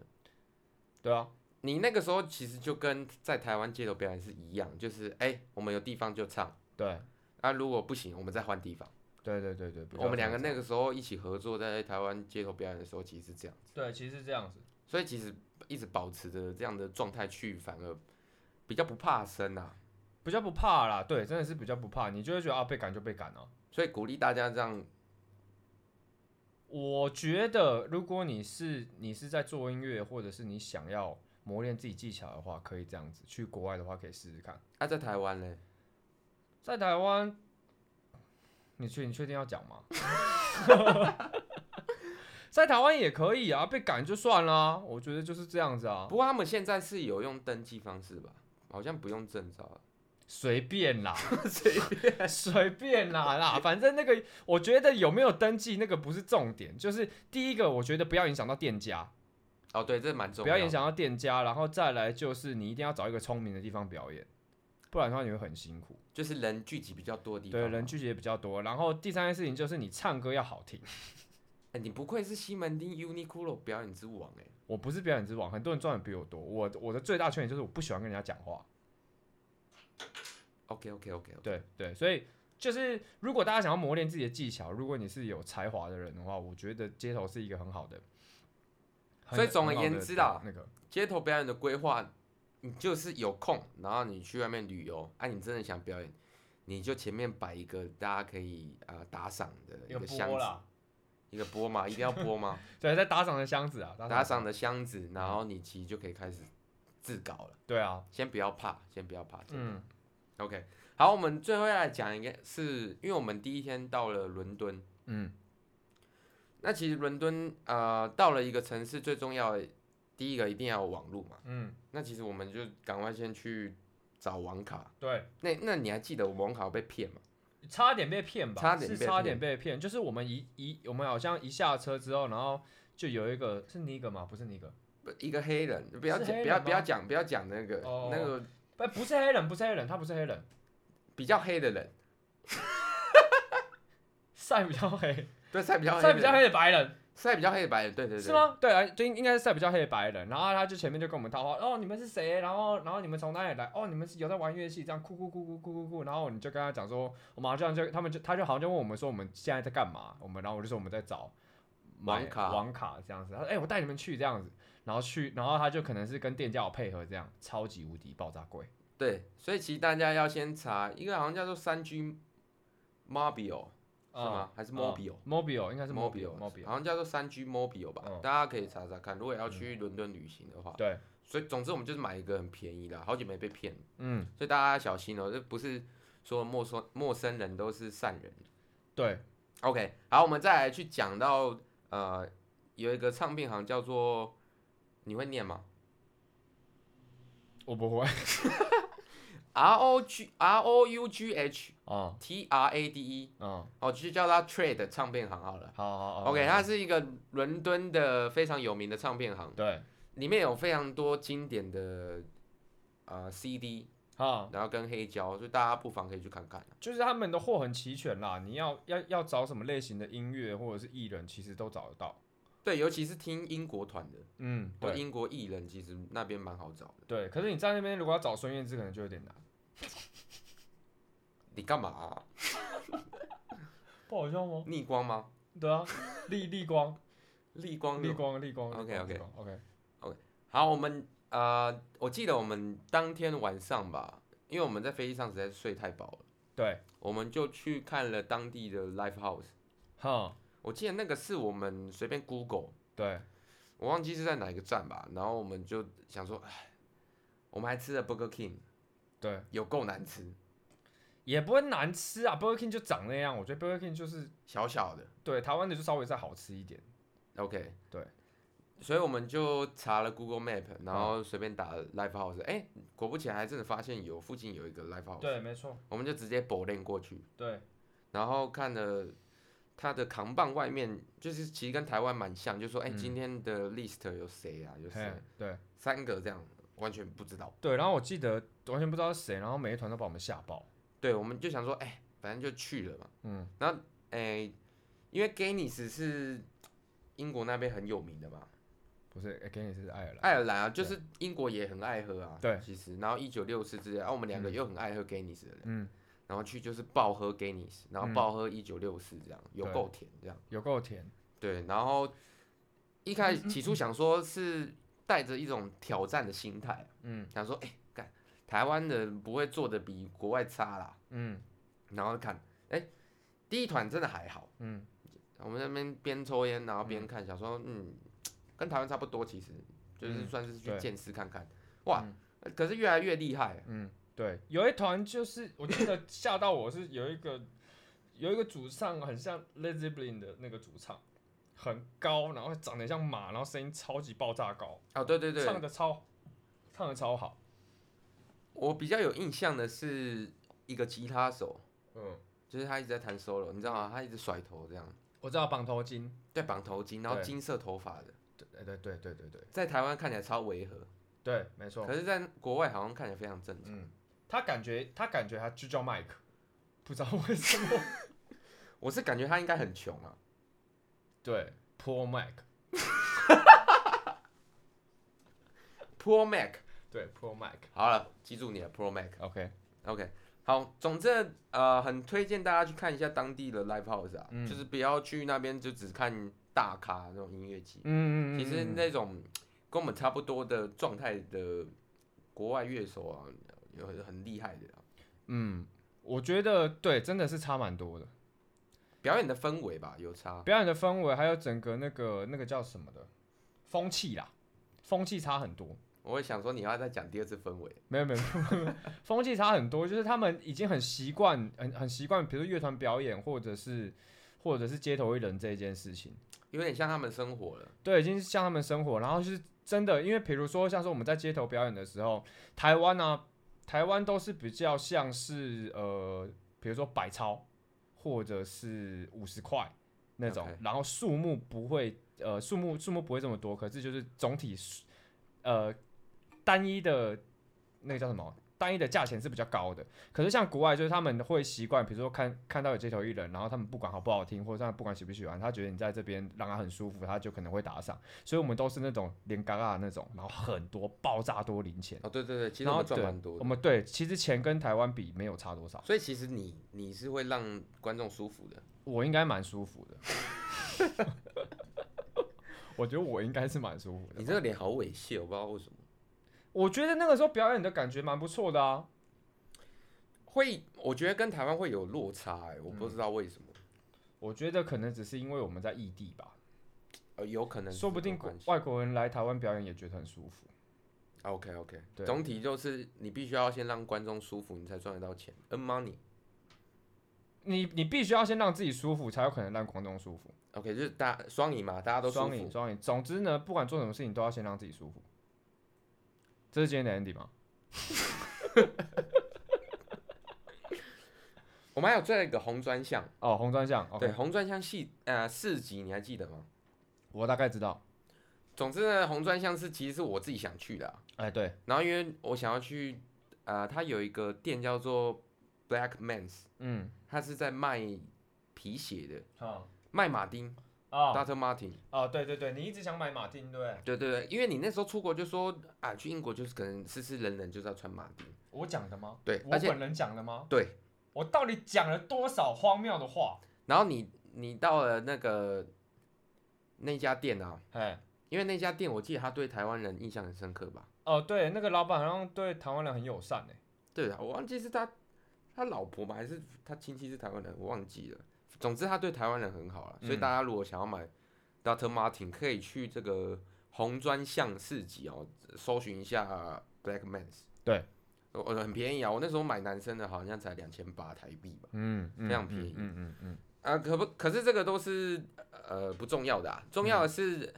Speaker 1: 对啊，
Speaker 2: 你那个时候其实就跟在台湾街头表演是一样，就是哎、我们有地方就唱，
Speaker 1: 对
Speaker 2: 啊，如果不行，我们再换地方。
Speaker 1: 对对对对，比较
Speaker 2: 我们两个
Speaker 1: 这样
Speaker 2: 那个时候一起合作，在台湾街头表演的时候，其实是这样。
Speaker 1: 子对，其实是这样子，
Speaker 2: 所以其实一直保持着这样的状态去，反而比较不怕生啊。
Speaker 1: 比较不怕啦，对，真的是比较不怕，你就会觉得啊被赶就被赶啊。
Speaker 2: 所以鼓励大家这样，
Speaker 1: 我觉得如果你是你是在做音乐，或者是你想要磨练自己技巧的话，可以这样子。去国外的话可以试试看，
Speaker 2: 啊，在台湾呢，
Speaker 1: 在台湾，你确你确定要讲吗？ 在台湾也可以啊，被赶就算啦、我觉得就是这样子啊。
Speaker 2: 不过他们现在是有用登记方式吧？好像不用证照啊了。
Speaker 1: 随便啦，随便随便啦啦，反正那个我觉得有没有登记那个不是重点，就是第一个我觉得不要影响到店家，
Speaker 2: 哦，对，这蛮重
Speaker 1: 不
Speaker 2: 要
Speaker 1: 要
Speaker 2: 的。
Speaker 1: 影响到店家，然后再来就是你一定要找一个聪明的地方表演，不然的话你会很辛苦。
Speaker 2: 就是人聚集比较多的地方
Speaker 1: 对，
Speaker 2: 嘛。
Speaker 1: 人聚集也比较多，然后第三件事情就是你唱歌要好听，
Speaker 2: 哎，你不愧是西门町 Uniqlo 表演之王哎、
Speaker 1: 我不是表演之王，很多人赚的比我多。我我的最大缺点就是我不喜欢跟人家讲话。
Speaker 2: OK OK OK，
Speaker 1: 对对，所以就是如果大家想要磨练自己的技巧，如果你是有才华的人的话，我觉得街头是一个很好的。很
Speaker 2: 所以总而
Speaker 1: 很好的
Speaker 2: 言之啦
Speaker 1: 那个
Speaker 2: 街头表演的规划，你就是有空，然后你去外面旅游，啊，你真的想表演，你就前面摆一个大家可以呃打赏的一个箱子，
Speaker 3: 啦，
Speaker 2: 一个波 嘛，一定要波嘛，
Speaker 1: 对，在打赏的箱子啊，
Speaker 2: 打
Speaker 1: 打
Speaker 2: 赏嗯的箱子，然后你其实就可以开始自搞了，
Speaker 1: 对啊，
Speaker 2: 先不要怕，先不要怕，真的
Speaker 1: 嗯，
Speaker 2: OK，好，我们最后要来讲一个是，因为我们第一天到了伦敦，
Speaker 1: 嗯，
Speaker 2: 那其实伦敦呃到了一个城市最重要的第一个一定要有网络嘛，
Speaker 1: 嗯，
Speaker 2: 那其实我们就赶快先去找网卡。
Speaker 1: 对，
Speaker 2: 那那你还记得我网卡被骗吗？
Speaker 1: 差点被骗吧，
Speaker 2: 差点被
Speaker 1: 是差点被骗，就是我们一一我们好像一下车之后，然后就有一个是尼格吗？不是尼格，
Speaker 2: 不一个黑人，不要
Speaker 1: 是
Speaker 2: 讲，
Speaker 1: 黑
Speaker 2: 不要
Speaker 1: 人
Speaker 2: 不要
Speaker 1: 吗
Speaker 2: 讲，不要讲那个、
Speaker 1: 哦
Speaker 2: 那个
Speaker 1: 不不是黑人，不是黑人，他不是黑人，
Speaker 2: 比较黑的人，
Speaker 1: 晒比较黑，
Speaker 2: 对，晒比较黑，
Speaker 1: 晒比较，黑的白人
Speaker 2: 晒比较黑的白人，对对对，
Speaker 1: 是？吗？对啊，就应应该是晒比较黑的白人，然后他就前面就跟我们套话，哦你们是谁？然后然后你们从哪里来？哦你们是有在玩乐器，这样哭哭哭哭哭哭哭，然后你就跟他讲说，我们好像就他们就他就好像就问我们说我们现在在干嘛？我们然后我就说我们在找买
Speaker 2: 网卡
Speaker 1: 网卡这样子，他说哎、我带你们去这样子，然后去然后他就可能是跟店家有配合这样，超级无敌爆炸贵。
Speaker 2: 对，所以其实大家要先查一个好像叫做三 G Mobile 是吗？还是 Mobile？、
Speaker 1: 嗯 Mobile 应啊该是
Speaker 2: Mobile
Speaker 1: Mobile，
Speaker 2: 好像叫做三 G Mobile 吧，
Speaker 1: 嗯
Speaker 2: 大家可以查查看。如果要去伦敦旅行的话，
Speaker 1: 对，
Speaker 2: 所以总之我们就是买一个很便宜的，啊好久没被骗，
Speaker 1: 嗯，
Speaker 2: 所以大家小心哦、这不是说陌生陌生人都是善人。
Speaker 1: 对，
Speaker 2: OK，好，我们再来去讲到呃，有一个唱片行叫做，你会念吗
Speaker 1: 我不会
Speaker 2: ？R O G R O U G H
Speaker 1: 哦，
Speaker 2: T R A D E，
Speaker 1: 嗯，
Speaker 2: 哦，就叫它 Trade 唱片行好了。
Speaker 1: 好好好
Speaker 2: OK，它是一个伦敦的非常有名的唱片行。
Speaker 1: 对，
Speaker 2: 里面有非常多经典的呃 CD，
Speaker 1: 好，
Speaker 2: 然后跟黑胶，所以大家不妨可以去看看。
Speaker 1: 就是他们的货很齐全啦，你要要要找什么类型的音乐或者是艺人，其实都找得到。
Speaker 2: 对，尤其是听英国团的，
Speaker 1: 嗯，
Speaker 2: 或
Speaker 1: 对
Speaker 2: 英国艺人，其实那边蛮好找的。
Speaker 1: 对，可是你在那边如果要找孙燕姿，可能就有点难。
Speaker 2: 你干嘛、啊
Speaker 1: 不好笑吗？
Speaker 2: 逆光吗？
Speaker 1: 对啊，立立光，
Speaker 2: 逆 光
Speaker 1: 立
Speaker 2: 有。
Speaker 1: 光，立光。
Speaker 2: OK，OK
Speaker 1: OK，
Speaker 2: 好，我们呃，我记得我们当天晚上吧，因为我们在飞机上实在是睡太饱了，
Speaker 1: 对，
Speaker 2: 我们就去看了当地的 live house。
Speaker 1: 哈，
Speaker 2: 我记得那个是我们随便 Google，
Speaker 1: 对，
Speaker 2: 我忘记是在哪一个站吧，然后我们就想说，哎，我们还吃了 Burger King，
Speaker 1: 对，
Speaker 2: 有够难吃，
Speaker 1: 也不会难吃啊。Burger King 就长那样，我觉得 Burger King 就是
Speaker 2: 小小的。
Speaker 1: 对台湾的就稍微再好吃一点。
Speaker 2: OK，
Speaker 1: 对，嗯
Speaker 2: 所以我们就查了 Google Map，然后随便打 Live House，哎、果不其然还真的发现有附近有一个 Live House，
Speaker 1: 对，没错，
Speaker 2: 我们就直接 b o 过去，
Speaker 1: 对，
Speaker 2: 然后看了它的扛棒外面，就是其实跟台湾蛮像，就说哎、
Speaker 1: 嗯
Speaker 2: 今天的 list 有谁啊？有谁
Speaker 1: 嘿？对
Speaker 2: 三个这样，完全不知道。
Speaker 1: 对。然后我记得完全不知道是谁，然后每一团都把我们吓爆。
Speaker 2: 对，我们就想说，哎、反正就去了嘛。
Speaker 1: 嗯，
Speaker 2: 然后哎、因为 Guinness 是英国那边很有名的嘛，
Speaker 1: 不是，给你是爱尔兰。
Speaker 2: 爱尔兰啊，就是英国也很爱喝啊，
Speaker 1: 对
Speaker 2: 其实，然后一九六四之类，啊然、后我们两个又很爱喝 Guinness 的人，
Speaker 1: 嗯，
Speaker 2: 然后去就是爆喝 Guinness，然后
Speaker 1: 嗯
Speaker 2: 爆喝一九六四这样，有
Speaker 1: 对
Speaker 2: 够甜这样，
Speaker 1: 有够甜。
Speaker 2: 对，然后一开始起初想说是带着一种挑战的心态，
Speaker 1: 嗯
Speaker 2: 想说，哎、干，台湾人不会做的比国外差啦，
Speaker 1: 嗯
Speaker 2: 然后看，哎、第一团真的还好，
Speaker 1: 嗯，
Speaker 2: 我们在那边边抽烟，然后边看，想说，嗯，跟台湾差不多，其实就是
Speaker 1: 嗯
Speaker 2: 算是去
Speaker 1: 对
Speaker 2: 见识看看。哇，可是越来越厉害，
Speaker 1: 嗯，对，有一团就是我记得吓到我是有一个有一个主唱很像 Led Zeppelin 的那个主唱，很高，然后长得像马，然后声音超级爆炸高，
Speaker 2: 哦，对对
Speaker 1: 唱
Speaker 2: 对，
Speaker 1: 的超唱的超好，
Speaker 2: 我比较有印象的是一个吉他手，
Speaker 1: 嗯，
Speaker 2: 就是他一直在弹 solo，你知道吗？他一直甩头这样，
Speaker 1: 我知道绑头巾，
Speaker 2: 对，绑头巾，然后
Speaker 1: 对
Speaker 2: 金色头发的，
Speaker 1: 对对对对对对
Speaker 2: 在台湾看起来超违和，
Speaker 1: 对，没错
Speaker 2: 可，是在国外好像看起来非常正常。
Speaker 1: 嗯，他感觉他感觉他就叫 Mike，不知道为什么，
Speaker 2: 我是感觉他应该很穷啊，
Speaker 1: 对，Pro Mac，
Speaker 2: Pro Mac，
Speaker 1: 对，Pro Mac，OK，、
Speaker 2: 好了，记住你了，Pro Mac。
Speaker 1: OK
Speaker 2: OK，好，总之呃，很推荐大家去看一下当地的 live house 啊，
Speaker 1: 嗯
Speaker 2: 就是不要去那边就只看大咖那种音乐季，
Speaker 1: 嗯嗯嗯，
Speaker 2: 其实
Speaker 1: 嗯
Speaker 2: 那种跟我们差不多的状态的国外乐手啊，有很很厉害的啊、
Speaker 1: 嗯，我觉得对，真的是差蛮多的，
Speaker 2: 表演的氛围吧，有差。
Speaker 1: 表演的氛围还有整个那个那个叫什么的风气啦，风气差很多。
Speaker 2: 我会想说你要再讲第二次氛围，
Speaker 1: 没有没有，没有 风气差很多，就是他们已经很习惯，很很习惯，比如说乐团表演，或者是或者是街头艺人这一件事情，
Speaker 2: 有点像他们生活了。
Speaker 1: 对，已经是像他们生活，然后就是真的，因为比如说像是我们在街头表演的时候，台湾啊，台湾都是比较像是呃，比如说百超或者是五十块那种
Speaker 2: OK
Speaker 1: 然后数目不会呃数目数目不会这么多，可是就是总体数呃单一的那个叫什么？单一的价钱是比较高的，可是像国外就是他们会习惯，比如说看看到有街头艺人，然后他们不管好不好听，或者他们不管喜不喜欢，他觉得你在这边让他很舒服，他就可能会打赏。所以我们都是那种连嘎嘎的那种，然后很多爆炸多零钱。
Speaker 2: 哦，对对对，其实
Speaker 1: 然
Speaker 2: 我
Speaker 1: 后
Speaker 2: 们赚
Speaker 1: 对
Speaker 2: 蛮多
Speaker 1: 我
Speaker 2: 的。
Speaker 1: 们对，其实钱跟台湾比没有差多少，
Speaker 2: 所以其实你你是会让观众舒服的，
Speaker 1: 我应该蛮舒服的。 我觉得我应该是蛮舒服
Speaker 2: 你
Speaker 1: 的。
Speaker 2: 这个脸好猥亵，我不知道为什么。
Speaker 1: 我觉得那个时候表演的感觉蛮不错的啊。
Speaker 2: 会，我觉得跟台湾会有落差、欸，我不知道为什么，
Speaker 1: 我觉得可能只是因为我们在异地吧，
Speaker 2: 呃，有可能是
Speaker 1: 说不定
Speaker 2: 有关系
Speaker 1: 外国人来台湾表演也觉得很舒服。
Speaker 2: OK OK，
Speaker 1: 对
Speaker 2: 总体就是你必须要先让观众舒服，你才赚得到钱，earn money。
Speaker 1: 你你必须要先让自己舒服，才有可能让观众舒服。
Speaker 2: OK，就是大家双赢嘛，大家都舒
Speaker 1: 双赢
Speaker 2: 服。
Speaker 1: 双赢。总之呢，不管做什么事情，都要先让自己舒服。这是今天的 Andy 吗？
Speaker 2: 我们还有最后一个红砖巷，
Speaker 1: 哦，红砖巷。
Speaker 2: 对，
Speaker 1: OK，
Speaker 2: 红砖巷系呃市集，你还记得吗？
Speaker 1: 我大概知道。
Speaker 2: 总之呢，红砖巷是其实是我自己想去的啊、
Speaker 1: 哎，对，
Speaker 2: 然后因为我想要去，呃，它有一个店叫做 Black Man's，
Speaker 1: 嗯，
Speaker 2: 它是在卖皮鞋的，
Speaker 1: 好，
Speaker 2: 卖马丁、
Speaker 1: 哦
Speaker 2: Dr. Martin。
Speaker 1: 哦，对对对，你一直想买马丁，对不对？
Speaker 2: 对对对，因为你那时候出国就说啊，去英国就是可能是是人人就是要穿马丁，
Speaker 1: 我讲的吗？
Speaker 2: 对，
Speaker 1: 我
Speaker 2: 而且
Speaker 1: 本人讲的吗？
Speaker 2: 对，
Speaker 1: 我到底讲了多少荒谬的话？
Speaker 2: 然后你你到了那个那家店啊，
Speaker 1: 哎，
Speaker 2: 因为那家店我记得他对台湾人印象很深刻吧？
Speaker 1: 哦，对，那个老板好像对台湾人很友善诶。
Speaker 2: 对啊，我忘记是他他老婆吧，还是他亲戚是台湾人，我忘记了。总之他对台湾人很好了，所以
Speaker 1: 嗯
Speaker 2: 大家如果想要买 Dr. Martin，可以去这个红砖巷市集哦，搜寻一下 Black Man's。
Speaker 1: 对
Speaker 2: 我，我很便宜啊，我那时候买男生的好像才两千八台币吧。
Speaker 1: 嗯，嗯
Speaker 2: 非常便宜
Speaker 1: 嗯嗯嗯
Speaker 2: 啊，可不，可是这个都是呃不重要的啊，重要的是、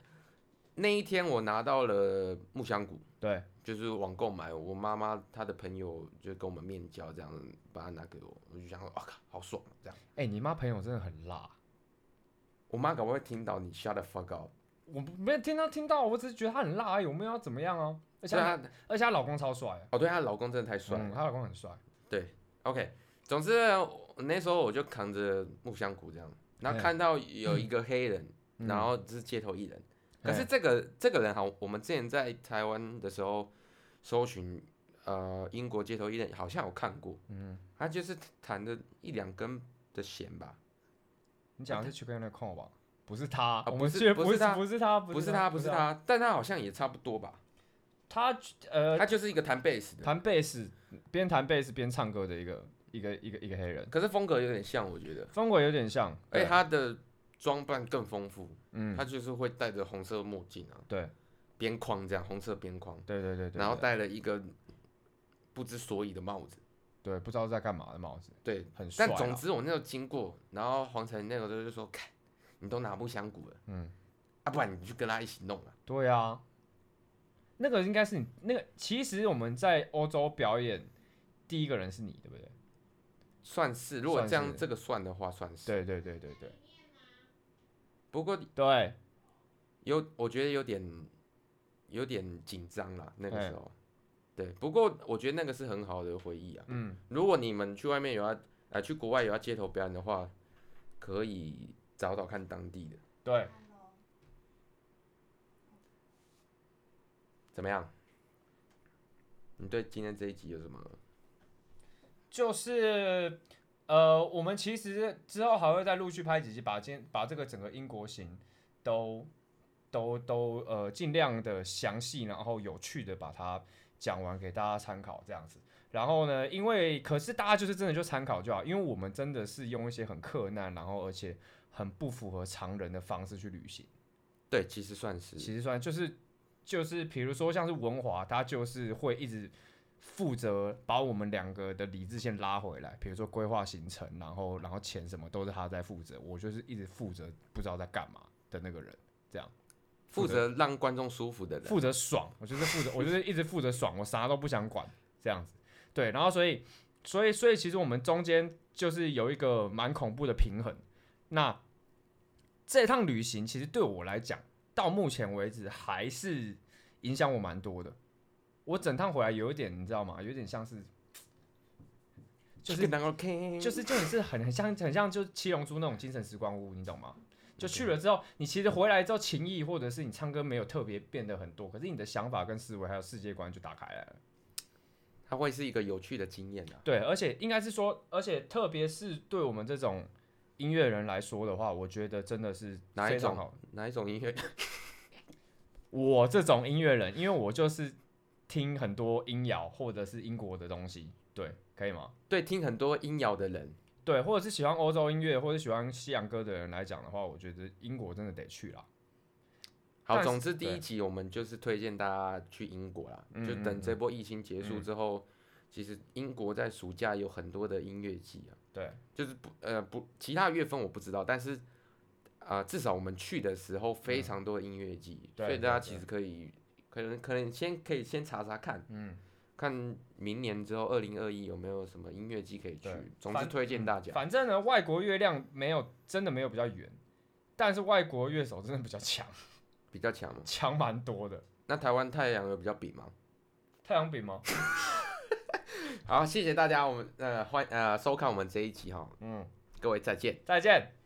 Speaker 2: 那一天我拿到了木香谷，
Speaker 1: 嗯，对，
Speaker 2: 就是网购买，我妈妈她的朋友就跟我们面交，这样把它拿给我，我就想说，哇、靠，好爽，啊这样。
Speaker 1: 哎，你妈朋友真的很辣。
Speaker 2: 我妈搞不好会听到你 shut the fuck up，
Speaker 1: 我不没有听到听到，我只是觉得她很辣而已，我们要怎么样啊？而且
Speaker 2: 虽
Speaker 1: 她
Speaker 2: 然她
Speaker 1: 而且她老公超帅的，
Speaker 2: 哦，对，她老公真的太帅了
Speaker 1: 嗯，她老公很帅。
Speaker 2: OK，总之呢我那时候我就扛着木香谷这样，然后
Speaker 1: 嘿
Speaker 2: 看到有一个黑人，
Speaker 1: 嗯
Speaker 2: 然后是街头艺人。可是
Speaker 1: 嘿
Speaker 2: 这个这个人哈，我们之前在台湾的时候搜寻呃英国街头艺人，好像有看过，嗯，他就是弹的一两根的弦吧，
Speaker 1: 你讲的是 Chicken and Corn 吧？不是他，
Speaker 2: 啊
Speaker 1: 我
Speaker 2: 不
Speaker 1: 们
Speaker 2: 是
Speaker 1: 去的
Speaker 2: 不
Speaker 1: 不
Speaker 2: 是她
Speaker 1: 不是他，
Speaker 2: 不
Speaker 1: 是
Speaker 2: 是他，不是
Speaker 1: 他，
Speaker 2: 他，但他好像也差不多吧，
Speaker 1: 他呃
Speaker 2: 他就是一个弹贝斯的，
Speaker 1: 弹贝斯，边弹贝斯边唱歌的一个一个一个一个黑人，
Speaker 2: 可是风格有点像，我觉得，
Speaker 1: 风格有点像，
Speaker 2: 而
Speaker 1: 对啊
Speaker 2: 且哎他的装扮更丰富，
Speaker 1: 嗯，
Speaker 2: 他就是会戴着红色墨镜啊，
Speaker 1: 对
Speaker 2: 边框这样，红色边框，
Speaker 1: 对对对对，
Speaker 2: 然后
Speaker 1: 对
Speaker 2: 戴了一个不知所以的帽子，
Speaker 1: 对不知道在干嘛的帽子，
Speaker 2: 对，
Speaker 1: 很帅啊
Speaker 2: 但
Speaker 1: 啦。
Speaker 2: 总之我那时候经过，然后黄晨那个时候就说：“看，你都拿木香谷了，
Speaker 1: 嗯，
Speaker 2: 啊，不然你去跟他一起弄啊。
Speaker 1: 对啊，那个应该是你那个，其实我们在欧洲表演第一个人是你，对不对？”
Speaker 2: 算是，如果
Speaker 1: 算
Speaker 2: 这样
Speaker 1: 是
Speaker 2: 这个算的话，算是。
Speaker 1: 对对对对对
Speaker 2: 不过
Speaker 1: 对，
Speaker 2: 有，我觉得有点有点紧张啦，那个
Speaker 1: 哎
Speaker 2: 时候。对，不过我觉得那个是很好的回忆啊。
Speaker 1: 嗯，
Speaker 2: 如果你们去外面有要，呃，去国外有要街头表演的话，可以找找看当地的。
Speaker 1: 对，
Speaker 2: 怎么样？你对今天这一集有什么？
Speaker 1: 就是呃，我们其实之后还会再陆续拍几集，把今把这个整个英国行都都都呃尽量的详细，然后有趣的把它讲完给大家参考这样子。然后呢，因为可是大家就是真的就参考就好，因为我们真的是用一些很困难，然后而且很不符合常人的方式去旅行。
Speaker 2: 对，其实算是
Speaker 1: 其实算就是就是，比如说像是文华，他就是会一直负责把我们两个的理智线拉回来，比如说规划行程，然后然后钱什么都是他在负责，我就是一直负责不知道在干嘛的那个人，这样
Speaker 2: 负
Speaker 1: 负责
Speaker 2: 责让观众舒服的人。
Speaker 1: 负责爽，我就是负 责，我就是一直负责爽，我啥都不想管这样子，对，然后所以所以所以其实我们中间就是有一个蛮恐怖的平衡，那这趟旅行其实对我来讲，到目前为止还是影响我蛮多的。我整趟回来有一点，你知道吗？有点像是，就是
Speaker 2: OK，
Speaker 1: 就是就你是很很像很像就是七龙珠那种精神时光屋，你懂吗？就去了之后，你其实回来之后情谊或者是你唱歌没有特别变得很多，可是你的想法跟思维还有世界观就打开来了。
Speaker 2: 它会是一个有趣的经验啊。
Speaker 1: 对，而且应该是说，而且特别是对我们这种音乐人来说的话，我觉得真的是
Speaker 2: 哪一
Speaker 1: 非常
Speaker 2: 种
Speaker 1: 好。
Speaker 2: 哪一种音乐？
Speaker 1: 我这种音乐人，因为我就是听很多音谣或者是英国的东西，对，可以吗？
Speaker 2: 对，听很多音谣的人，
Speaker 1: 对，或者是喜欢欧洲音乐或者喜欢西洋歌的人来讲的话，我觉得英国真的得去啦。
Speaker 2: 好，
Speaker 1: 但是
Speaker 2: 总之第一
Speaker 1: 对
Speaker 2: 集我们就是推荐大家去英国啦，
Speaker 1: 嗯
Speaker 2: 就
Speaker 1: 嗯
Speaker 2: 等
Speaker 1: 嗯
Speaker 2: 这波疫情结束之后，其实英国在暑假有很多的音乐季啊，
Speaker 1: 对，
Speaker 2: 就是不呃不，其他月份我不知道，但是啊、呃至少我们去的时候非常多的音乐季，
Speaker 1: 嗯对
Speaker 2: 所以大家
Speaker 1: 对
Speaker 2: 其实可以可能可能先可以先查查看，
Speaker 1: 嗯，
Speaker 2: 看明年之后二零二一有没有什么音乐季可以去
Speaker 1: 对，
Speaker 2: 总之
Speaker 1: 反嗯
Speaker 2: 推荐大家。
Speaker 1: 反正呢，外国月亮没有真的没有比较圆，但是外国乐手真的比较强，
Speaker 2: 比较强嘛。
Speaker 1: 强蛮多的。
Speaker 2: 那台湾太阳有比较比吗？
Speaker 1: 太阳饼吗？
Speaker 2: 好，谢谢大家，我们呃欢呃收看我们这一集哈，
Speaker 1: 嗯，
Speaker 2: 各位再见。
Speaker 1: 再见。